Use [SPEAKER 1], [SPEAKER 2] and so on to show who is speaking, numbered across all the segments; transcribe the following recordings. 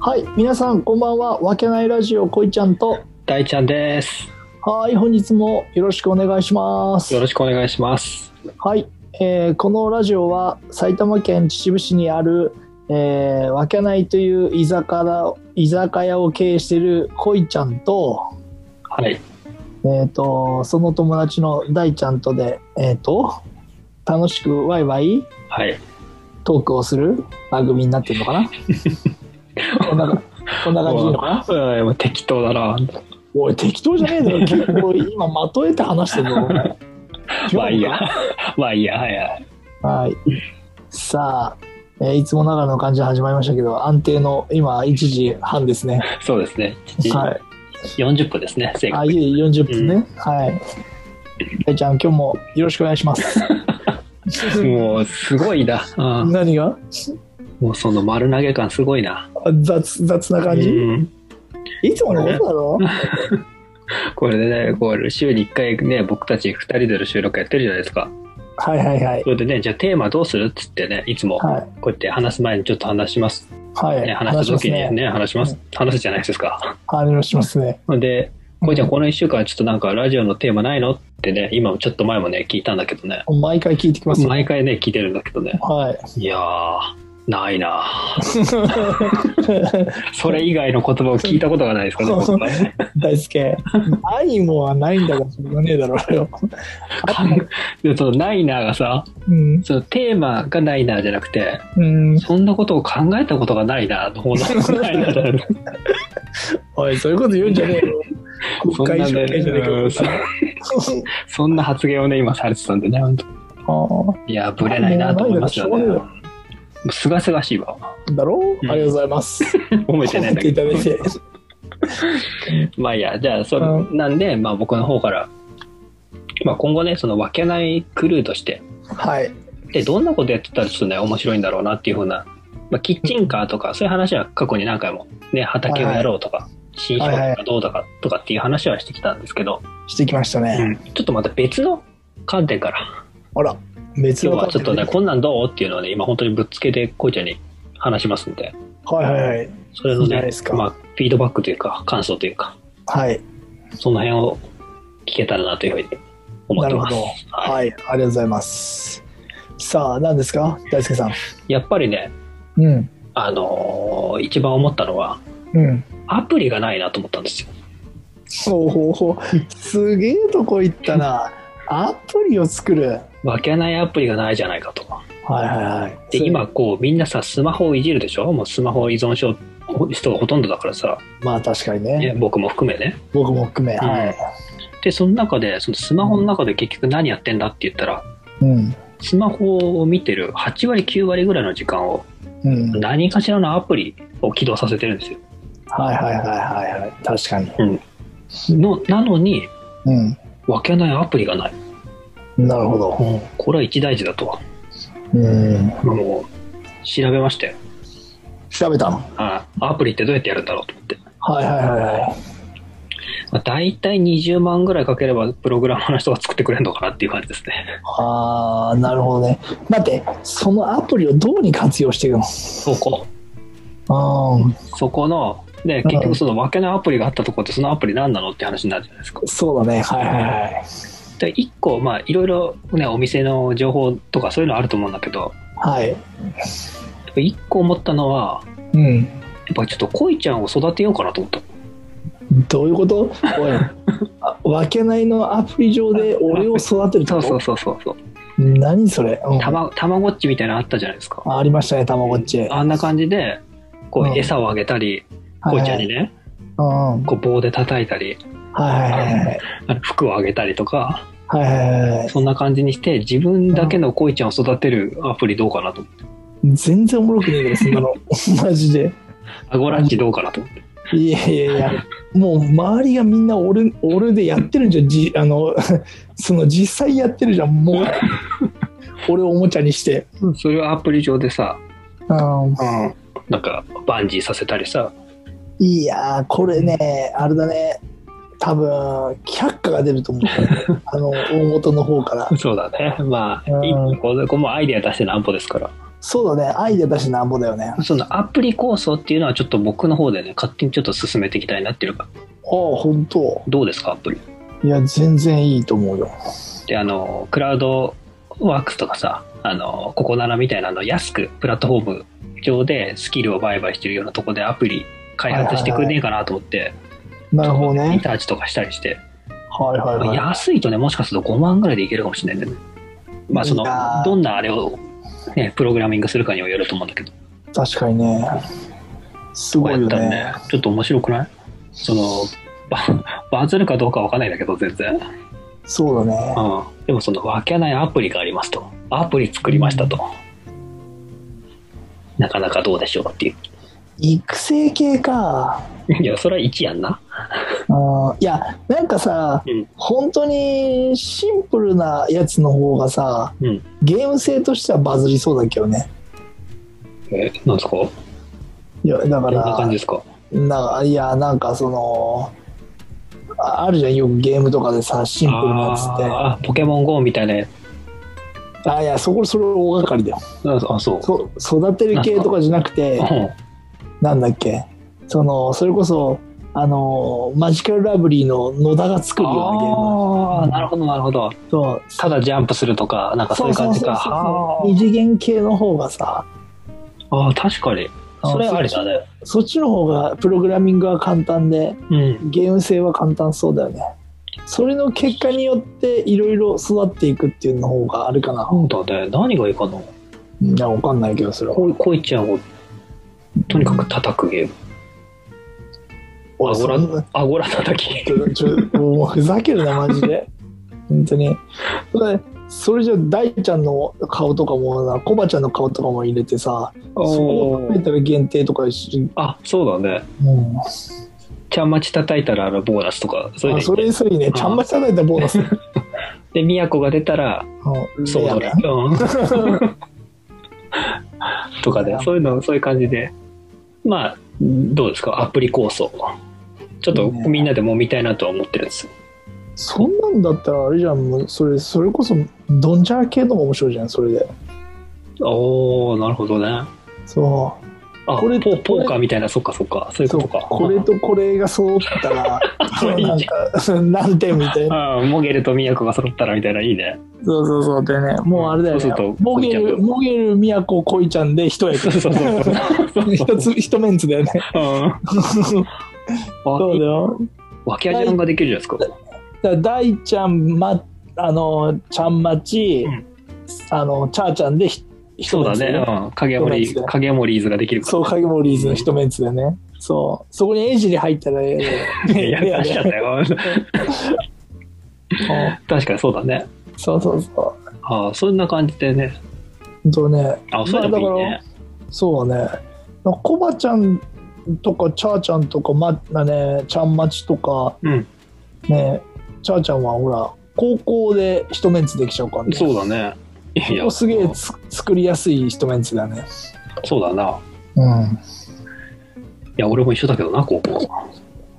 [SPEAKER 1] はい、皆さんこんばんは。わけないラジオこいちゃんと、
[SPEAKER 2] 大ちゃんです。
[SPEAKER 1] はい、本日もよろしくお願いします
[SPEAKER 2] よ。ろしくお願いします。
[SPEAKER 1] はい、えーこのラジオは埼玉県秩父市にある、えー、わけないという居酒屋居酒屋を経営しているこいちゃんと、
[SPEAKER 2] はい。
[SPEAKER 1] えっ、とその友達の大ちゃんとで、えっ、と楽しくワイワイ
[SPEAKER 2] はい。
[SPEAKER 1] トークをする番組になってるのか な。こんなこんな感じでいいのかな。
[SPEAKER 2] うんうん適当だな。
[SPEAKER 1] おい適当じゃねえだろ結構今まとえて話してるの
[SPEAKER 2] まあいいや。 まあいいや。はいはい。
[SPEAKER 1] はいさあ、えーいつもながらの感じで始まりましたけど安定の今1時半ですね
[SPEAKER 2] そうですね。
[SPEAKER 1] はい
[SPEAKER 2] 40分ですね。正
[SPEAKER 1] あ
[SPEAKER 2] 確
[SPEAKER 1] い
[SPEAKER 2] に。
[SPEAKER 1] え40分ね、はい大ちゃん今日もよろしくお願いします
[SPEAKER 2] もうすごいな。うん
[SPEAKER 1] 何が
[SPEAKER 2] もうその丸投げ感すごいな。
[SPEAKER 1] あ雑雑な感じ、
[SPEAKER 2] うん
[SPEAKER 1] いつものことだろ
[SPEAKER 2] これでね、こう週に1回ね、僕たち2人での収録やってるじゃないですか。
[SPEAKER 1] はいはいはい
[SPEAKER 2] それでね、じゃあテーマどうするっつってね、いつもこ
[SPEAKER 1] はいう
[SPEAKER 2] やって話す前にちょっと話します。
[SPEAKER 1] はい、
[SPEAKER 2] ね、話す時に
[SPEAKER 1] 話しますね
[SPEAKER 2] ね、話します。話すじゃないですか。
[SPEAKER 1] 話しますね
[SPEAKER 2] で、こいちゃん、この1週間、ちょっとなんか、ラジオのテーマないのってね、今もちょっと前もね、聞いたんだけどね、
[SPEAKER 1] 毎回聞いてきますよ
[SPEAKER 2] 毎回ね、聞いてるんだけどね、
[SPEAKER 1] はい
[SPEAKER 2] いやー、ないなぁそれ以外の言葉を聞いたことがないですからね、僕は ね
[SPEAKER 1] 大輔ないもんはないんだからしょうがねえだろうよ
[SPEAKER 2] でそのないなぁがさ、
[SPEAKER 1] うん
[SPEAKER 2] そのテーマがないなぁじゃなくて、
[SPEAKER 1] うん
[SPEAKER 2] そんなことを考えたことがないなぁの方のないなぁだよね
[SPEAKER 1] おい、そういうこと言うんじゃねえよ。
[SPEAKER 2] そ
[SPEAKER 1] 国
[SPEAKER 2] ん
[SPEAKER 1] 会
[SPEAKER 2] な
[SPEAKER 1] 議
[SPEAKER 2] ね
[SPEAKER 1] 員じゃねえか
[SPEAKER 2] うんそそんな発言をね、今されてたんでね、本当いやー、ぶれないなぁと思いますよ
[SPEAKER 1] ないなぁ
[SPEAKER 2] ね。すがすがしいわ。
[SPEAKER 1] だろ
[SPEAKER 2] う
[SPEAKER 1] うんありがとうございます。
[SPEAKER 2] 褒めてないんだけ
[SPEAKER 1] い
[SPEAKER 2] ど
[SPEAKER 1] た。だいて。
[SPEAKER 2] まあいいや、じゃあ、そ
[SPEAKER 1] うん
[SPEAKER 2] なんで、まあ僕の方から、まあ今後ね、その分けないクルーとして、
[SPEAKER 1] はい。
[SPEAKER 2] で、どんなことやってたらちょっとね、面白いんだろうなっていうふうな、まあキッチンカーとか、そういう話は過去に何回も、ね、畑をやろうとか、新商
[SPEAKER 1] はい
[SPEAKER 2] 品
[SPEAKER 1] は
[SPEAKER 2] がどうだかとかっていう話はしてきたんですけど、
[SPEAKER 1] してきましたね。
[SPEAKER 2] ちょっとまた別の観点から、
[SPEAKER 1] あら、別
[SPEAKER 2] 今
[SPEAKER 1] の
[SPEAKER 2] 日はちょっとね、
[SPEAKER 1] 方
[SPEAKER 2] こんなんどうっていうのをね、今本当にぶっつけて、こいちゃんに話しますんで、
[SPEAKER 1] はいはいはい。
[SPEAKER 2] それの
[SPEAKER 1] いいじゃない
[SPEAKER 2] ね
[SPEAKER 1] です、か
[SPEAKER 2] まあ、フィードバックというか、感想というか、
[SPEAKER 1] はい。
[SPEAKER 2] その辺を聞けたらなというふうに思っ
[SPEAKER 1] な
[SPEAKER 2] て
[SPEAKER 1] る
[SPEAKER 2] ま
[SPEAKER 1] ほ
[SPEAKER 2] す。
[SPEAKER 1] ど。はい。ありがとうございます。さあ、何ですか大輔さん。
[SPEAKER 2] やっぱりね、
[SPEAKER 1] うん。
[SPEAKER 2] あのー一番思ったのは、
[SPEAKER 1] うん。
[SPEAKER 2] アプリがないなと思ったんですよ。
[SPEAKER 1] ほうほうほう。すげえとこ行ったな。アプリを作る。
[SPEAKER 2] わけないアプリがないじゃないかと。
[SPEAKER 1] はいはいはい。
[SPEAKER 2] で、今、こう、みんなさ、スマホをいじるでしょもうスマホ依存症人がほとんどだからさ、
[SPEAKER 1] まあ確かに
[SPEAKER 2] ね
[SPEAKER 1] ね。
[SPEAKER 2] 僕も含めね。
[SPEAKER 1] 僕も含め。はい。
[SPEAKER 2] で、その中で、そのスマホの中で結局何やってんだって言ったら、
[SPEAKER 1] うん。
[SPEAKER 2] スマホを見てる8割、9割ぐらいの時間を
[SPEAKER 1] うん。
[SPEAKER 2] 何かしらのアプリを起動させてるんですよ。
[SPEAKER 1] はいはいはいはいはい確かに
[SPEAKER 2] のなのに、
[SPEAKER 1] う
[SPEAKER 2] わけないアプリがない。
[SPEAKER 1] んなるほど
[SPEAKER 2] これは一大事だと。
[SPEAKER 1] うん
[SPEAKER 2] もう、調べましたよ。
[SPEAKER 1] 調べたの
[SPEAKER 2] あアプリってどうやってやるんだろうと思って、
[SPEAKER 1] はいはいはいは
[SPEAKER 2] まあ、大体20万ぐらいかければプログラマーの人が作ってくれるのかなっていう感じですね
[SPEAKER 1] いああなるほどね待ってそのアプリをどうに活用していくの
[SPEAKER 2] そこ
[SPEAKER 1] うん
[SPEAKER 2] そこので
[SPEAKER 1] うん
[SPEAKER 2] 結局その分けのアプリがあったとこってそのアプリ何なのって話になるじゃないですか
[SPEAKER 1] そうだねはいはいはい
[SPEAKER 2] で1個まあいろいろねお店の情報とかそういうのあると思うんだけど
[SPEAKER 1] はい
[SPEAKER 2] 1個思ったのは
[SPEAKER 1] うん
[SPEAKER 2] やっぱちょっと恋ちゃんを育てようかなと思った
[SPEAKER 1] どういう ことおいあわけないのアプリ上で俺を育てる
[SPEAKER 2] そうそううそうそうそう
[SPEAKER 1] 何それ、うん
[SPEAKER 2] たまたまごっちみたいなのあったじゃないですか
[SPEAKER 1] あありましたねたまごっち
[SPEAKER 2] あんな感じでこ
[SPEAKER 1] うん
[SPEAKER 2] う餌をあげたり恋ちゃんにね
[SPEAKER 1] はい
[SPEAKER 2] こう棒で叩いたり
[SPEAKER 1] はいはい
[SPEAKER 2] あの服をあげたりとか
[SPEAKER 1] はいはいはいはいはい
[SPEAKER 2] そんな感じにして、自分だけの恋ちゃんを育てるアプリどうかなと思って。
[SPEAKER 1] 全然おもろくねえけどそんなの マジで
[SPEAKER 2] アゴラッチどうかなと思って。
[SPEAKER 1] いやいやいや、もう周りがみんな俺俺でやってるじゃん、じあの その実際やってるじゃん、 もう俺をおもちゃにして、
[SPEAKER 2] それをアプリ上でさ、
[SPEAKER 1] うん、
[SPEAKER 2] なんかバンジーさせたりさ、
[SPEAKER 1] いやー、これね、あれだね、多分却下が出ると思 う、あの大元の方から、
[SPEAKER 2] そうだね。まあ、
[SPEAKER 1] うん
[SPEAKER 2] いいこれこれもアイデア出してなんぼですから。
[SPEAKER 1] そうだねアイデア出してなんぼだよね
[SPEAKER 2] そのアプリ構想っていうのはちょっと僕の方でね、勝手にちょっと進めていきたいなっていうか、
[SPEAKER 1] ああ本当
[SPEAKER 2] どうですか、アプリ。
[SPEAKER 1] いや全然いいと思うよ
[SPEAKER 2] で、あの、クラウドワークスとかさ、あの、ココナラみたいなの安くプラットフォーム上でスキルを売買してるようなとこでアプリ開発してくれねえかなと思って、
[SPEAKER 1] なるほど
[SPEAKER 2] リ
[SPEAKER 1] ね
[SPEAKER 2] ターチとかしたりして、
[SPEAKER 1] はいはいはい
[SPEAKER 2] 安いとね、もしかすると5万ぐらいでいけるかもしれないんだよね。まあ、その
[SPEAKER 1] いや、ー
[SPEAKER 2] どんなあれを、ね、プログラミングするかにもよると思うんだけど、
[SPEAKER 1] 確かにねす
[SPEAKER 2] こう
[SPEAKER 1] ご
[SPEAKER 2] や
[SPEAKER 1] い
[SPEAKER 2] っ
[SPEAKER 1] よ
[SPEAKER 2] たら
[SPEAKER 1] ね
[SPEAKER 2] ね、ちょっと面白くないその、ババズるかどうかわかんないんだけど、全然。
[SPEAKER 1] そうだね
[SPEAKER 2] うん。でも、その、わけないアプリがありますと。アプリ作りましたと。なかなかどうでしょうっていう。
[SPEAKER 1] 育成系か
[SPEAKER 2] いや、それは1やんな。
[SPEAKER 1] うんいやなんかさ、
[SPEAKER 2] うん
[SPEAKER 1] 本当にシンプルなやつの方がさ、
[SPEAKER 2] うん
[SPEAKER 1] ゲーム性としてはバズりそうだけどね
[SPEAKER 2] え、なんですかど
[SPEAKER 1] いやだか
[SPEAKER 2] んな
[SPEAKER 1] ら
[SPEAKER 2] 感じですか
[SPEAKER 1] なんかいやなんかそのああるじゃんよくゲームとかでさシンプルなやつってあ
[SPEAKER 2] あーポケモン GO みたいなやつ。
[SPEAKER 1] いやそこそれ大掛かりだよ
[SPEAKER 2] あ、そう。
[SPEAKER 1] そ育てる系とかじゃなくて
[SPEAKER 2] うん
[SPEAKER 1] なんだっけそのそれこそあのマジカルラブリーの野田が作るようなゲーム
[SPEAKER 2] ああー、なるほど、なるほど。
[SPEAKER 1] そう
[SPEAKER 2] ただジャンプするとか、なんかそういう感じか。
[SPEAKER 1] そう二次元系の方がさ
[SPEAKER 2] あーあー、確かに。それありだね。
[SPEAKER 1] そっちの方がプログラミングは簡単で
[SPEAKER 2] うん。
[SPEAKER 1] ゲーム性は簡単そうだよねそれの結果によっていろいろ育っていくっていうの方があるかな、
[SPEAKER 2] そうだね。何がいいかな。
[SPEAKER 1] いやわかんないけどそれは
[SPEAKER 2] こい、こいちゃんを、とにかく叩くゲーム。
[SPEAKER 1] 俺
[SPEAKER 2] あご
[SPEAKER 1] そ
[SPEAKER 2] ら
[SPEAKER 1] んな
[SPEAKER 2] あごら叩き
[SPEAKER 1] ち。ょちょもうふざけるなマジで本当にそれそれじゃ大ちゃんの顔とかもさコバちゃんの顔とかも入れてさそこを
[SPEAKER 2] お
[SPEAKER 1] メータル限定とかし、
[SPEAKER 2] あ、そうだね。
[SPEAKER 1] うん、
[SPEAKER 2] ちゃんまち叩いたらあのボーナスとか、そういう
[SPEAKER 1] あ
[SPEAKER 2] の
[SPEAKER 1] それそれいいねちゃんまち叩いたボーナス
[SPEAKER 2] で、宮古が出たら、
[SPEAKER 1] うん
[SPEAKER 2] そうだね。うんとかね、そういうの、そういう感じで。まあ、どうですか、アプリ構想。ちょっと
[SPEAKER 1] ね
[SPEAKER 2] みんなでもみたいなとは思ってるんですよ。
[SPEAKER 1] そんなんだったらあれじゃんもうそれそれこそドンジャラ系のも面白いじゃんそれで
[SPEAKER 2] おおなるほどね。あ、
[SPEAKER 1] そ
[SPEAKER 2] こ
[SPEAKER 1] こ
[SPEAKER 2] れ
[SPEAKER 1] れ
[SPEAKER 2] ポ
[SPEAKER 1] こ
[SPEAKER 2] ポ
[SPEAKER 1] れ
[SPEAKER 2] ーカーみたいな、そっかそっか、
[SPEAKER 1] う
[SPEAKER 2] そういうこ
[SPEAKER 1] そう
[SPEAKER 2] とか。
[SPEAKER 1] これとこれが揃った らそのなんか 何点みたいな
[SPEAKER 2] ああ、モゲルと宮古が揃ったらみたいな、いいね。
[SPEAKER 1] そうそうそうでねもうあれだよ
[SPEAKER 2] そう
[SPEAKER 1] ね
[SPEAKER 2] すると
[SPEAKER 1] モゲ
[SPEAKER 2] こいちゃ
[SPEAKER 1] ル
[SPEAKER 2] ん
[SPEAKER 1] モゲル宮古恋ちゃんで一役
[SPEAKER 2] そうそうそうそう。
[SPEAKER 1] 一つ一メンツだよね
[SPEAKER 2] うん
[SPEAKER 1] そうだよ
[SPEAKER 2] わけありあんができるじゃないですか。
[SPEAKER 1] だから大ちゃん、ま、あのちゃんまち、
[SPEAKER 2] うん
[SPEAKER 1] あのチャーちゃんでひ一
[SPEAKER 2] そう
[SPEAKER 1] メン
[SPEAKER 2] だ
[SPEAKER 1] ツだよ
[SPEAKER 2] ね。うん。影森、影森ーズができるから。
[SPEAKER 1] そう、影モリーズの一メンツでね。そう。そこにエイジに入ったらええ
[SPEAKER 2] いや、出しちゃったよ。
[SPEAKER 1] うん
[SPEAKER 2] 確かにそうだね。
[SPEAKER 1] そうそうそ
[SPEAKER 2] ああ、そんな感じでね。
[SPEAKER 1] う。ほんとね、
[SPEAKER 2] あそういうのもいい
[SPEAKER 1] まあ
[SPEAKER 2] ね。
[SPEAKER 1] そうね。コバちゃんとか、チャーちゃんとか、ま、なね、ちゃんまちとか、
[SPEAKER 2] うん。
[SPEAKER 1] ね、チャーちゃんはほら、高校で一メンツできちゃうからね。
[SPEAKER 2] そうだね。い
[SPEAKER 1] ここ
[SPEAKER 2] や、
[SPEAKER 1] すげえつ作りやすい一メンツだね。
[SPEAKER 2] そうだな。
[SPEAKER 1] うん。
[SPEAKER 2] いや、俺も一緒だけどな、高校。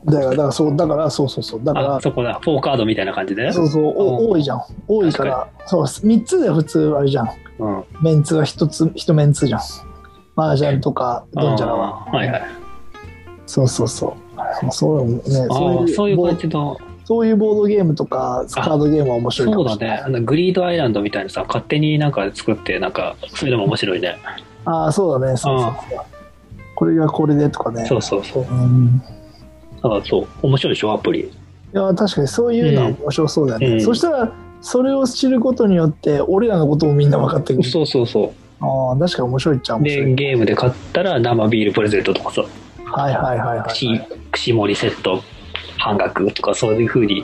[SPEAKER 1] だから、だからそう、だから、そうそうそう。だから
[SPEAKER 2] あ、、そこだ。フォーカードみたいな感じで。
[SPEAKER 1] そうそう、お多いじゃん。多いから、そう、3つで普通あれじゃん。
[SPEAKER 2] うん。
[SPEAKER 1] メンツが一つ一メンツじゃんマージャンとかドンジャラは
[SPEAKER 2] あーはいはい。
[SPEAKER 1] そうそうそうそうね
[SPEAKER 2] ああ、そ
[SPEAKER 1] そう
[SPEAKER 2] う
[SPEAKER 1] い
[SPEAKER 2] いうう
[SPEAKER 1] ボ
[SPEAKER 2] 感
[SPEAKER 1] ー
[SPEAKER 2] じの。
[SPEAKER 1] そういうボードゲームとかカードゲームは面白いか
[SPEAKER 2] そう
[SPEAKER 1] も
[SPEAKER 2] だ
[SPEAKER 1] しれ
[SPEAKER 2] ね
[SPEAKER 1] ない。
[SPEAKER 2] あの、グリードアイランドみたいにさ、勝手になんか作って、なんか、そういうのも面白いね。
[SPEAKER 1] ああそうだねそうそうそうこれがこれでとかね
[SPEAKER 2] そうそうそう。
[SPEAKER 1] うん
[SPEAKER 2] だからそう、面白いでしょ、アプリ。
[SPEAKER 1] いや確かにそういうのは面白そうだね、
[SPEAKER 2] うん
[SPEAKER 1] そしたらそれを知ることによって俺らのこともみんな分かってくる
[SPEAKER 2] そうそうそ
[SPEAKER 1] ああ確かに面白いっちゃ
[SPEAKER 2] う。
[SPEAKER 1] 面白
[SPEAKER 2] で、
[SPEAKER 1] い
[SPEAKER 2] ゲームで買ったら生ビールプレゼントとかさ、
[SPEAKER 1] はいはいはいは
[SPEAKER 2] 串
[SPEAKER 1] い、
[SPEAKER 2] 串盛りセット半額とかそういう風に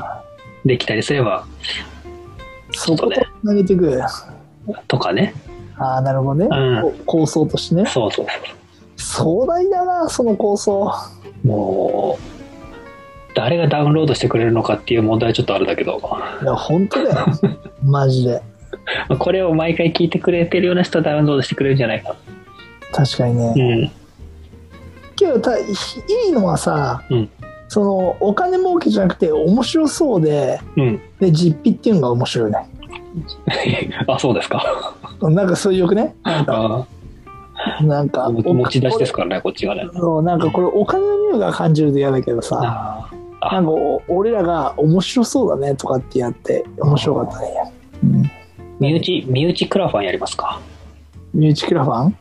[SPEAKER 2] できたりすれば、
[SPEAKER 1] そことつなげていく
[SPEAKER 2] とかね。
[SPEAKER 1] ああなるほどね、
[SPEAKER 2] うん
[SPEAKER 1] こ構想としてね
[SPEAKER 2] そうそうそ
[SPEAKER 1] 壮大だなその構想
[SPEAKER 2] う。もう、誰がダウンロードしてくれるのかっていう問題はちょっとあるんだけど、
[SPEAKER 1] いや本当 だよマジで
[SPEAKER 2] これを毎回聞いてくれてるような人はダウンロードしてくれるんじゃないか。
[SPEAKER 1] 確かにね、
[SPEAKER 2] うん。
[SPEAKER 1] けどたいいのはさ、
[SPEAKER 2] うん
[SPEAKER 1] そのお金儲けじゃなくて面白そうで
[SPEAKER 2] うん。
[SPEAKER 1] で実費っていうのが面白いね
[SPEAKER 2] あ、そうですか。
[SPEAKER 1] なんかそういうよくねなんか
[SPEAKER 2] あ
[SPEAKER 1] なんか
[SPEAKER 2] お
[SPEAKER 1] お
[SPEAKER 2] 持ち出しですからね、こっちがね。
[SPEAKER 1] そうなんかこれお金の匂いが感じると嫌だけどさ
[SPEAKER 2] あー
[SPEAKER 1] なんかお俺らが面白そうだねとかってやって面白かったね、うん、
[SPEAKER 2] 身内、身内クラファンやりますか。
[SPEAKER 1] 身内クラファン
[SPEAKER 2] うん。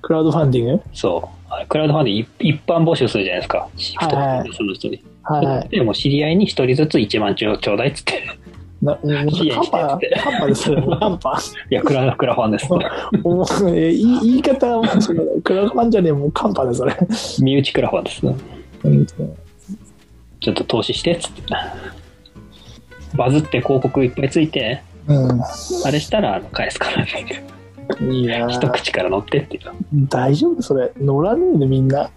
[SPEAKER 1] クラウドファンディング
[SPEAKER 2] そう。あれクラウドファンディング一一般募集するじゃないですか。
[SPEAKER 1] はいはい
[SPEAKER 2] その人に。
[SPEAKER 1] はいはい
[SPEAKER 2] でも知り合いに一人ずつ1万ちょちょうだいっつって。
[SPEAKER 1] なうん
[SPEAKER 2] いいや
[SPEAKER 1] カンパカンパですよ カンパ
[SPEAKER 2] いや、クラクラファンです。
[SPEAKER 1] もうえ言い言い方はもう違うクラファンじゃねえもうカンパだそれ
[SPEAKER 2] 身内クラファンです。
[SPEAKER 1] うん
[SPEAKER 2] ちょっと投資してっつって。バズって広告いっぱいついて、あれしたらあの返すからね。
[SPEAKER 1] うんいいな
[SPEAKER 2] 一口から乗ってっていう。
[SPEAKER 1] 大丈夫それ乗らねえでみんな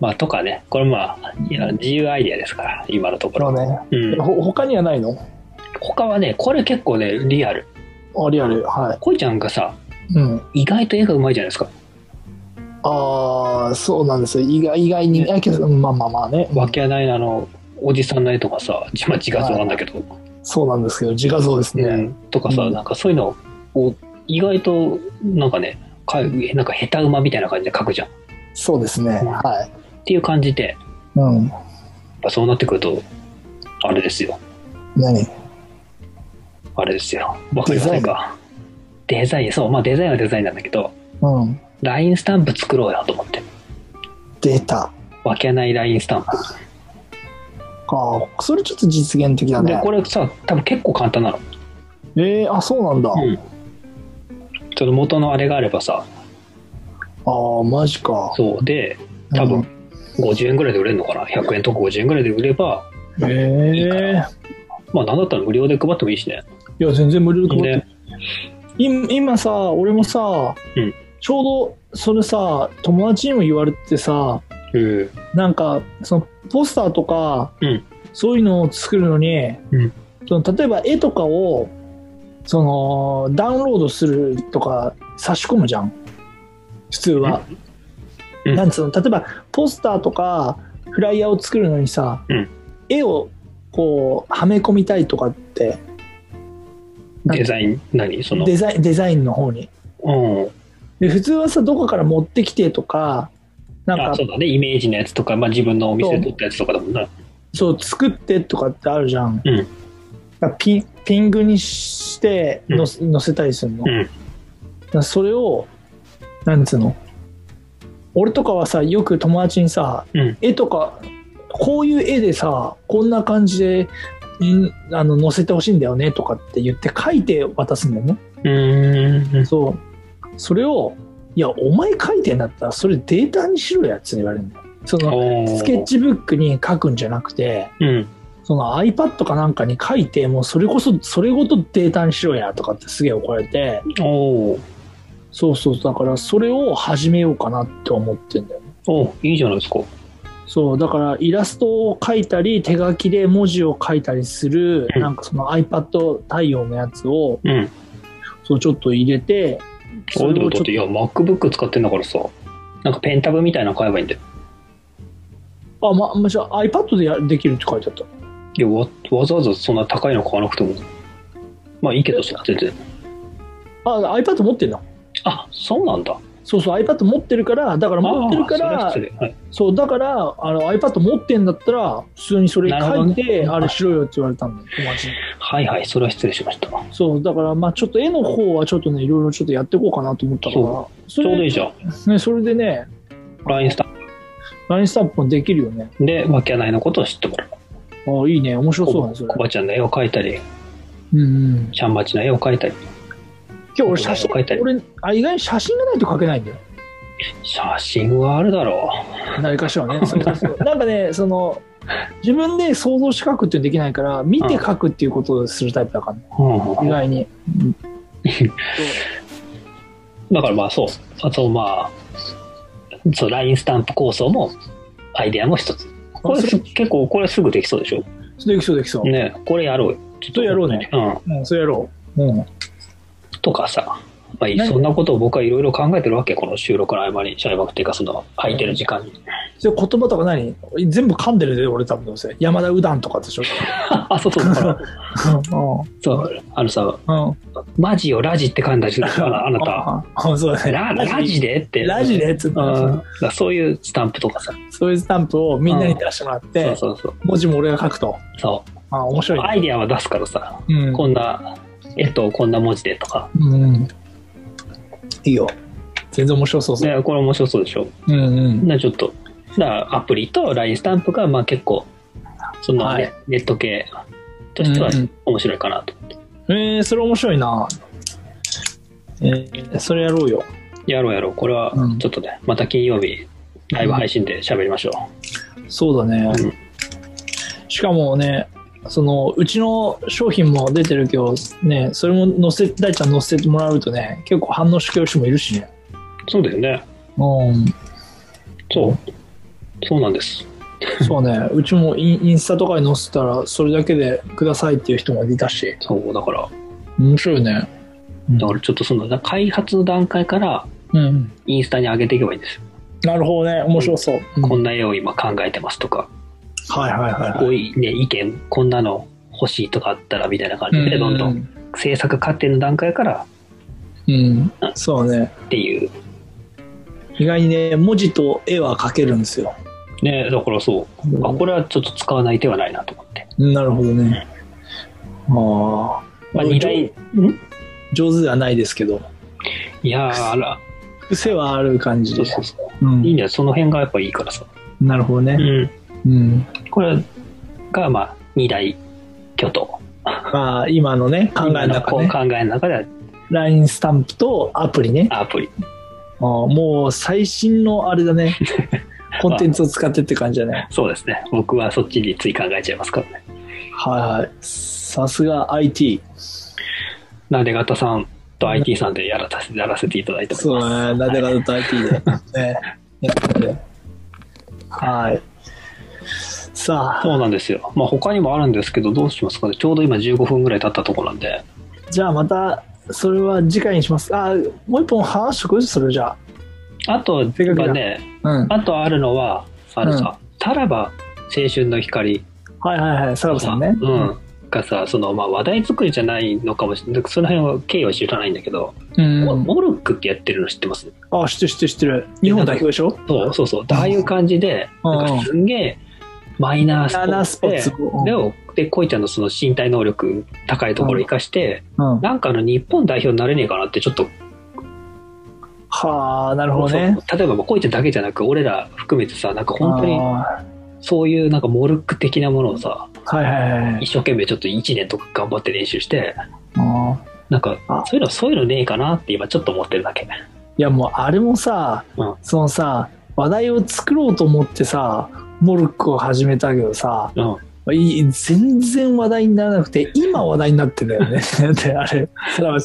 [SPEAKER 2] まあ、とかね、これまあ、いや自由アイデアですから、今のとこ
[SPEAKER 1] こ
[SPEAKER 2] ろ。
[SPEAKER 1] のね
[SPEAKER 2] うん、
[SPEAKER 1] ほ他にはないの
[SPEAKER 2] 他はね、これ結構ね、リアル。
[SPEAKER 1] あリアルは
[SPEAKER 2] こいちゃんがさ、
[SPEAKER 1] いうん
[SPEAKER 2] 意外と絵がうまいじゃないですか。
[SPEAKER 1] ああそうなんですよ意外意外にあけどうんまあまあまあね
[SPEAKER 2] わけないなあの、おじさんの絵とかさ、自慢自画像なんだけど、
[SPEAKER 1] そうなんですけど自画像ですね、
[SPEAKER 2] うん、とかさ、
[SPEAKER 1] うん
[SPEAKER 2] なんかそういうのを、意外と、なんかね、かなんか下手馬みたいな感じで描くじゃん。っ
[SPEAKER 1] そうですね、
[SPEAKER 2] うん
[SPEAKER 1] はい
[SPEAKER 2] ていう感じで、やっ
[SPEAKER 1] うん
[SPEAKER 2] ぱそうなってくると、あれですよ。
[SPEAKER 1] 何
[SPEAKER 2] あれですよ。わかりませんか。デザイン、そう、まあデザインはデザインなんだけど、
[SPEAKER 1] うん
[SPEAKER 2] ラインスタンプ作ろうよと思って。
[SPEAKER 1] 出た
[SPEAKER 2] わけないラインスタンプ。
[SPEAKER 1] ああそれちょっと実現的だ
[SPEAKER 2] で
[SPEAKER 1] ね
[SPEAKER 2] これさ多分結構簡単なの、
[SPEAKER 1] えー、あそうなんだ、
[SPEAKER 2] うん、その元のあれがあればさ
[SPEAKER 1] ああマジか
[SPEAKER 2] そうで多
[SPEAKER 1] う
[SPEAKER 2] 分
[SPEAKER 1] ん
[SPEAKER 2] 50円ぐらいで売れるのかな100円とか50円ぐらいで売れば
[SPEAKER 1] え
[SPEAKER 2] いいか
[SPEAKER 1] え
[SPEAKER 2] まあ何だったら無料で配ってもいいしね
[SPEAKER 1] いや全然無料で配って
[SPEAKER 2] で
[SPEAKER 1] 今今さ俺もさ、
[SPEAKER 2] うん
[SPEAKER 1] ちょうどそれさ友達にも言われてさ
[SPEAKER 2] うん
[SPEAKER 1] なんかそのポスターとか、
[SPEAKER 2] うん
[SPEAKER 1] そういうのを作るのに、
[SPEAKER 2] うん
[SPEAKER 1] その例えば絵とかをそのダウンロードするとか差し込むじゃん普通は。
[SPEAKER 2] うん
[SPEAKER 1] なんつうの例えばポスターとかフライヤーを作るのにさ、
[SPEAKER 2] うん
[SPEAKER 1] 絵をこうはめ込みたいとかって
[SPEAKER 2] デザイン何その
[SPEAKER 1] デザインデザインの方に。
[SPEAKER 2] うん
[SPEAKER 1] で普通はさどこかから持ってきてとかなん
[SPEAKER 2] あ
[SPEAKER 1] か
[SPEAKER 2] そうだねイメージのやつとか、まあ、自分のお店で撮ったやつとかだもんな
[SPEAKER 1] そう作ってとかってあるじゃん、
[SPEAKER 2] うん
[SPEAKER 1] だからピンピングにして
[SPEAKER 2] うん
[SPEAKER 1] のせ,、せたりするの、
[SPEAKER 2] うん
[SPEAKER 1] だからそれをなんつうの俺とかはさよく友達にさ、
[SPEAKER 2] うん
[SPEAKER 1] 絵とかこういう絵でさこんな感じでんあの載せてほしいんだよねとかって言って書いて渡すんだよね
[SPEAKER 2] うーん
[SPEAKER 1] そう。それを、いや、お前書いてんだったら、それデータにしろやっつって言われるんだよ。その、
[SPEAKER 2] おー
[SPEAKER 1] スケッチブックに書くんじゃなくて、
[SPEAKER 2] うん
[SPEAKER 1] その iPad かなんかに書いて、もうそれこそ、それごとデータにしろやとかってすげえ怒られて、
[SPEAKER 2] おー
[SPEAKER 1] そうそう、だからそれを始めようかなって思ってんだよ。
[SPEAKER 2] おーいいじゃないですか
[SPEAKER 1] そう、だからイラストを書いたり、手書きで文字を書いたりする、
[SPEAKER 2] うん
[SPEAKER 1] なんかその iPad 対応のやつを、
[SPEAKER 2] うん
[SPEAKER 1] そうちょっと入れて、
[SPEAKER 2] そういうのだ
[SPEAKER 1] ちょ
[SPEAKER 2] っていや MacBook 使ってんだからさなんかペンタブみたいなの買えばいいんだよ
[SPEAKER 1] あ、ま、ま、じゃあ iPad でやできるって書いてあった。
[SPEAKER 2] いやわわざわざそんな高いの買わなくてもまあいいけどさ全然
[SPEAKER 1] あ iPad 持ってんの
[SPEAKER 2] あそうなんだ
[SPEAKER 1] そうそう iPad 持ってるからだから持ってるから
[SPEAKER 2] あーそれは失礼はい
[SPEAKER 1] そうだからあの iPad 持ってんだったら普通にそれ
[SPEAKER 2] なるほ
[SPEAKER 1] 書
[SPEAKER 2] ど
[SPEAKER 1] い
[SPEAKER 2] ね
[SPEAKER 1] て、あれしろよって言われたんだよ友達に
[SPEAKER 2] はいはいそれは失礼しましたち
[SPEAKER 1] そうだからまあちょっと絵の方はちょっとねいろいろちょっとやっていこうかなと思ったから
[SPEAKER 2] そ
[SPEAKER 1] そ
[SPEAKER 2] ょうどい
[SPEAKER 1] れ
[SPEAKER 2] いじゃん
[SPEAKER 1] ね、それでね
[SPEAKER 2] LINE スタン
[SPEAKER 1] LINE スタンプもできるよね
[SPEAKER 2] プでわけないのことを知ってもらう
[SPEAKER 1] あいいね面白そうだねそれ
[SPEAKER 2] コバちゃんの絵を描いたり
[SPEAKER 1] うん、うん、
[SPEAKER 2] シャンバチの絵を描いたり
[SPEAKER 1] 今日俺写真
[SPEAKER 2] 書いたり
[SPEAKER 1] 俺あ意外に写真がないと描けないんだよ
[SPEAKER 2] 写真はあるだろ
[SPEAKER 1] 誰かしら ねそうそうそうなんかねその自分で想像して描くってできないから見て描くっていうことをするタイプだからね
[SPEAKER 2] う、
[SPEAKER 1] 意
[SPEAKER 2] うん、
[SPEAKER 1] 外に
[SPEAKER 2] だからまあそうあとまあそう LINE スタンプ構想もアイデアも一つこれ
[SPEAKER 1] あそ
[SPEAKER 2] す結構これすぐできそうでしょ
[SPEAKER 1] できそうできそう、
[SPEAKER 2] ねこれやろうよちょっ
[SPEAKER 1] とやろうね
[SPEAKER 2] うん
[SPEAKER 1] うん、それやろう、うん、
[SPEAKER 2] とかさまあ、
[SPEAKER 1] 何
[SPEAKER 2] そんなことを僕はいろいろ考えてるわけ、この収録の合間に、シャイバクっていうか、その空いてる時間に。
[SPEAKER 1] それ言葉とか何全部噛んでるで、俺多分どうせ。山田うだんとかでしょ。
[SPEAKER 2] あ、そうそう、だから、
[SPEAKER 1] う
[SPEAKER 2] そう、あのさ、
[SPEAKER 1] ん。うん。
[SPEAKER 2] マジよ、ラジって噛んだりするで しょ、あなあなた。
[SPEAKER 1] た。そうだね。
[SPEAKER 2] ララジでって。
[SPEAKER 1] ラジでっつって
[SPEAKER 2] うん。だからそういうスタンプとかさ。
[SPEAKER 1] そういうスタンプをみんなに出してもらっ
[SPEAKER 2] そ
[SPEAKER 1] て
[SPEAKER 2] う、そうそう。
[SPEAKER 1] 文字も俺が書くと。
[SPEAKER 2] そ。
[SPEAKER 1] あ面白いうね。
[SPEAKER 2] アイディアは出すからさ、
[SPEAKER 1] うん
[SPEAKER 2] こんな、えっと、こんな文字でとか。
[SPEAKER 1] うん。いいよ。全然面白そうそう。
[SPEAKER 2] で、これ面白そうでしょ。
[SPEAKER 1] うんうん。
[SPEAKER 2] なちょっと、だからアプリと LINE スタンプが、まあ結構、その
[SPEAKER 1] は
[SPEAKER 2] ね、
[SPEAKER 1] い
[SPEAKER 2] ネット系としては
[SPEAKER 1] うんうん
[SPEAKER 2] 面白いかなと。
[SPEAKER 1] えー、それ面白いな。えー、それやろうよ。
[SPEAKER 2] やろうやろう、これは
[SPEAKER 1] うん
[SPEAKER 2] ちょっとね、また金曜日、ライブ配信で喋りましょ
[SPEAKER 1] そうだね。
[SPEAKER 2] うん
[SPEAKER 1] しかもね、そのうちの商品も出てるけど、ね、それも載せ、大ちゃん載せてもらうとね、結構反応してくれる人もいるしね。
[SPEAKER 2] う。そうだよね。
[SPEAKER 1] う
[SPEAKER 2] そう。そうなんです。
[SPEAKER 1] ん、そうね、うちもインインスタとかに載せたら、それだけでくださいっていう人もいたし、
[SPEAKER 2] そう、だから、
[SPEAKER 1] 面白いね。
[SPEAKER 2] だからちょっとその、開発の段階から、
[SPEAKER 1] うん、
[SPEAKER 2] インスタに上げていけばいいんですよ。
[SPEAKER 1] なるほどね、面白そう。うん
[SPEAKER 2] こんな絵を今考えてますとか、
[SPEAKER 1] はいはいはいはい。
[SPEAKER 2] こういうね、意見、こんなの欲しいとかあったらみたいな感じで、どんどん
[SPEAKER 1] ん。
[SPEAKER 2] 制作過程の段階から
[SPEAKER 1] うん、そうね。
[SPEAKER 2] っていう。
[SPEAKER 1] 意外にね、文字と絵は描けるんですよ。
[SPEAKER 2] ね、だからそう、あこれはちょっと使わない手はないなと思って、
[SPEAKER 1] なるほどね。ああ。
[SPEAKER 2] まあ、二台ん
[SPEAKER 1] 上手ではないですけど
[SPEAKER 2] いやーあら
[SPEAKER 1] 癖はある感じ
[SPEAKER 2] そ
[SPEAKER 1] で
[SPEAKER 2] うそうそうういいん
[SPEAKER 1] ん、
[SPEAKER 2] だよその辺がやっぱいいからさ、
[SPEAKER 1] なるほどね、
[SPEAKER 2] ん、
[SPEAKER 1] うん
[SPEAKER 2] これがまあ二大巨頭
[SPEAKER 1] まあ、今のね考えの中
[SPEAKER 2] 今
[SPEAKER 1] ね
[SPEAKER 2] のこう考えの中では
[SPEAKER 1] LINE スタンプとアプリねあ
[SPEAKER 2] アプリ
[SPEAKER 1] あもう最新のあれだ ねコンテンツを使ってって感じだね
[SPEAKER 2] そうですね僕はそっちについ考えちゃいますからね
[SPEAKER 1] はいはいさすが IT
[SPEAKER 2] なで方さんと IT さんでやらさせやらせていただいており
[SPEAKER 1] そう
[SPEAKER 2] ます
[SPEAKER 1] ねなでかと IT で、ね、やっててはいさあ
[SPEAKER 2] そうなんですよ、まあ、他にもあるんですけどどうしますかねちょうど今15分ぐらい経ったところなんで
[SPEAKER 1] じゃあまたそれは次回にしますあもう一本話しとくそれじゃ
[SPEAKER 2] あと
[SPEAKER 1] せっかくだ
[SPEAKER 2] はね
[SPEAKER 1] あうん
[SPEAKER 2] あとあるのはあのさ、タラバ青春の光
[SPEAKER 1] はいはいはいさらばさんね
[SPEAKER 2] うん、がさその、まあ、話題作りじゃないのかもしれないその辺は経緯は知らないんだけど、
[SPEAKER 1] うん、
[SPEAKER 2] モモルックってやってるの知ってます
[SPEAKER 1] あ、知ってる知ってる知ってる。日本代表でしょ
[SPEAKER 2] そうそうそうああいう感じで、
[SPEAKER 1] うん
[SPEAKER 2] なんかすんげえマイナ
[SPEAKER 1] ランナー
[SPEAKER 2] ー
[SPEAKER 1] ス
[SPEAKER 2] ス
[SPEAKER 1] ポ
[SPEAKER 2] ポ
[SPEAKER 1] ー
[SPEAKER 2] ー
[SPEAKER 1] ツ
[SPEAKER 2] ツ
[SPEAKER 1] を。
[SPEAKER 2] でででこいちゃんのその身体能力高いところを生かして、
[SPEAKER 1] うん
[SPEAKER 2] なんかあの日本代表になれねえかなってちょっと、
[SPEAKER 1] はあ、なるほどね。
[SPEAKER 2] そう例えばこいちゃんだけじゃなく俺ら含めてさなんか本当に
[SPEAKER 1] あ
[SPEAKER 2] そういうなんかモルック的なものをさ
[SPEAKER 1] ーはいはいはい。
[SPEAKER 2] 一生懸命ちょっと1年とか頑張って練習して
[SPEAKER 1] あー
[SPEAKER 2] なんか
[SPEAKER 1] あ
[SPEAKER 2] そういうのそういうのねえかなって今ちょっと思ってるだけ。
[SPEAKER 1] いやもうあれもさ
[SPEAKER 2] うん、
[SPEAKER 1] そのさ、話題を作ろうと思ってさ、モルックを始めたけどさ、
[SPEAKER 2] うん
[SPEAKER 1] い全然話題にならなくて、今話題になってんだよね。 だってあ れ、さらば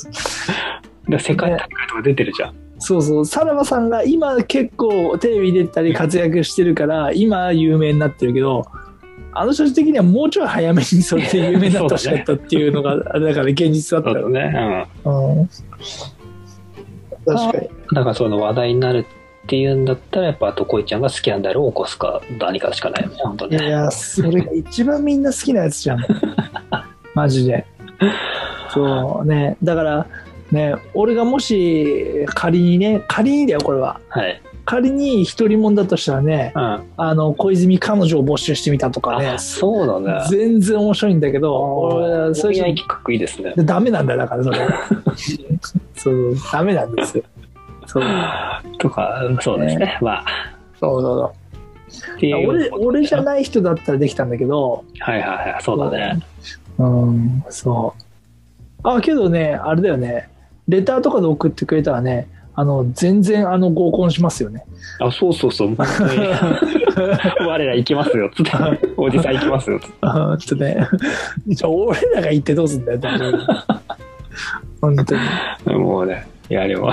[SPEAKER 2] で世界大会とか出てるじゃん、
[SPEAKER 1] そうそう、さらばさんが今結構テレビ出たり活躍してるから、今有名になってるけど、あの人たち的にはもうちょい早めにそれで有名になってほしかったっていうの が、あれだから現実だ
[SPEAKER 2] そ
[SPEAKER 1] った
[SPEAKER 2] うだ
[SPEAKER 1] よ
[SPEAKER 2] よ。ね、
[SPEAKER 1] うん確かに。
[SPEAKER 2] うん、だからその話題になるっていうんだったらやっぱあとこいちゃんがスキャンダルを起こすか何かしかないよね本当
[SPEAKER 1] い
[SPEAKER 2] に
[SPEAKER 1] やい
[SPEAKER 2] ね
[SPEAKER 1] や、それが一番みんな好きなやつじ ゃん。マジで。そうね。だから、ね、俺がもし仮にね、仮にだよ、これは。
[SPEAKER 2] はい、
[SPEAKER 1] 仮に一人もんだとしたらね、
[SPEAKER 2] うん、
[SPEAKER 1] あの、小泉彼女を募集してみたとかね
[SPEAKER 2] あ、そうだね
[SPEAKER 1] 全然面白いんだけど、俺は
[SPEAKER 2] そ
[SPEAKER 1] そうれ
[SPEAKER 2] い
[SPEAKER 1] じゃ
[SPEAKER 2] う企画いいですね
[SPEAKER 1] ダメなんだよだからそれ そうダメなんですよそう
[SPEAKER 2] とかそうですねまあ
[SPEAKER 1] そうそう
[SPEAKER 2] って
[SPEAKER 1] そう
[SPEAKER 2] いう
[SPEAKER 1] 俺俺じゃ
[SPEAKER 2] はい
[SPEAKER 1] ない人だったらできたんだけど
[SPEAKER 2] はいはいそうだね
[SPEAKER 1] うんそうあけどねあれだよねレターとかで送ってくれたらねあの全然あの合コンしますよね
[SPEAKER 2] あそうそう そう本当に我ら行きますよつっておじさん行きますよつって
[SPEAKER 1] あちょっとねじゃあ俺らが行ってどうすんだよって本当に
[SPEAKER 2] もうねいやでも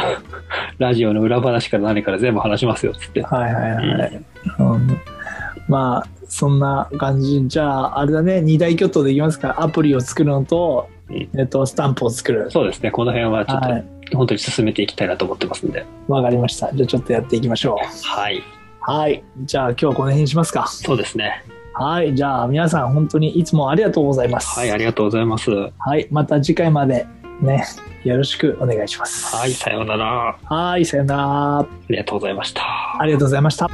[SPEAKER 2] ラジオの裏話から何から全部話しますよつって
[SPEAKER 1] はいはいはい、うんまあそんな感じじゃああれだね二大巨頭でいきますかアプリを作るのと、
[SPEAKER 2] うん
[SPEAKER 1] えっと、スタンプを作る
[SPEAKER 2] そうですね、この辺はちょっと、
[SPEAKER 1] はい
[SPEAKER 2] 本当に進めていきたいなと思ってますんで。
[SPEAKER 1] わかりました。じゃあちょっとやっていきましょ
[SPEAKER 2] はい。
[SPEAKER 1] う。はい。じゃあ今日はこの辺にしますか。
[SPEAKER 2] そうですね。
[SPEAKER 1] はい。じゃあ皆さん本当にいつもありがとうございます。
[SPEAKER 2] はい、ありがとうございます。は
[SPEAKER 1] はい、また次回までね、よろしくお願いします。
[SPEAKER 2] い、さようなら。あ
[SPEAKER 1] はい、さよなら。
[SPEAKER 2] りがとうございました。
[SPEAKER 1] ありがとうございました。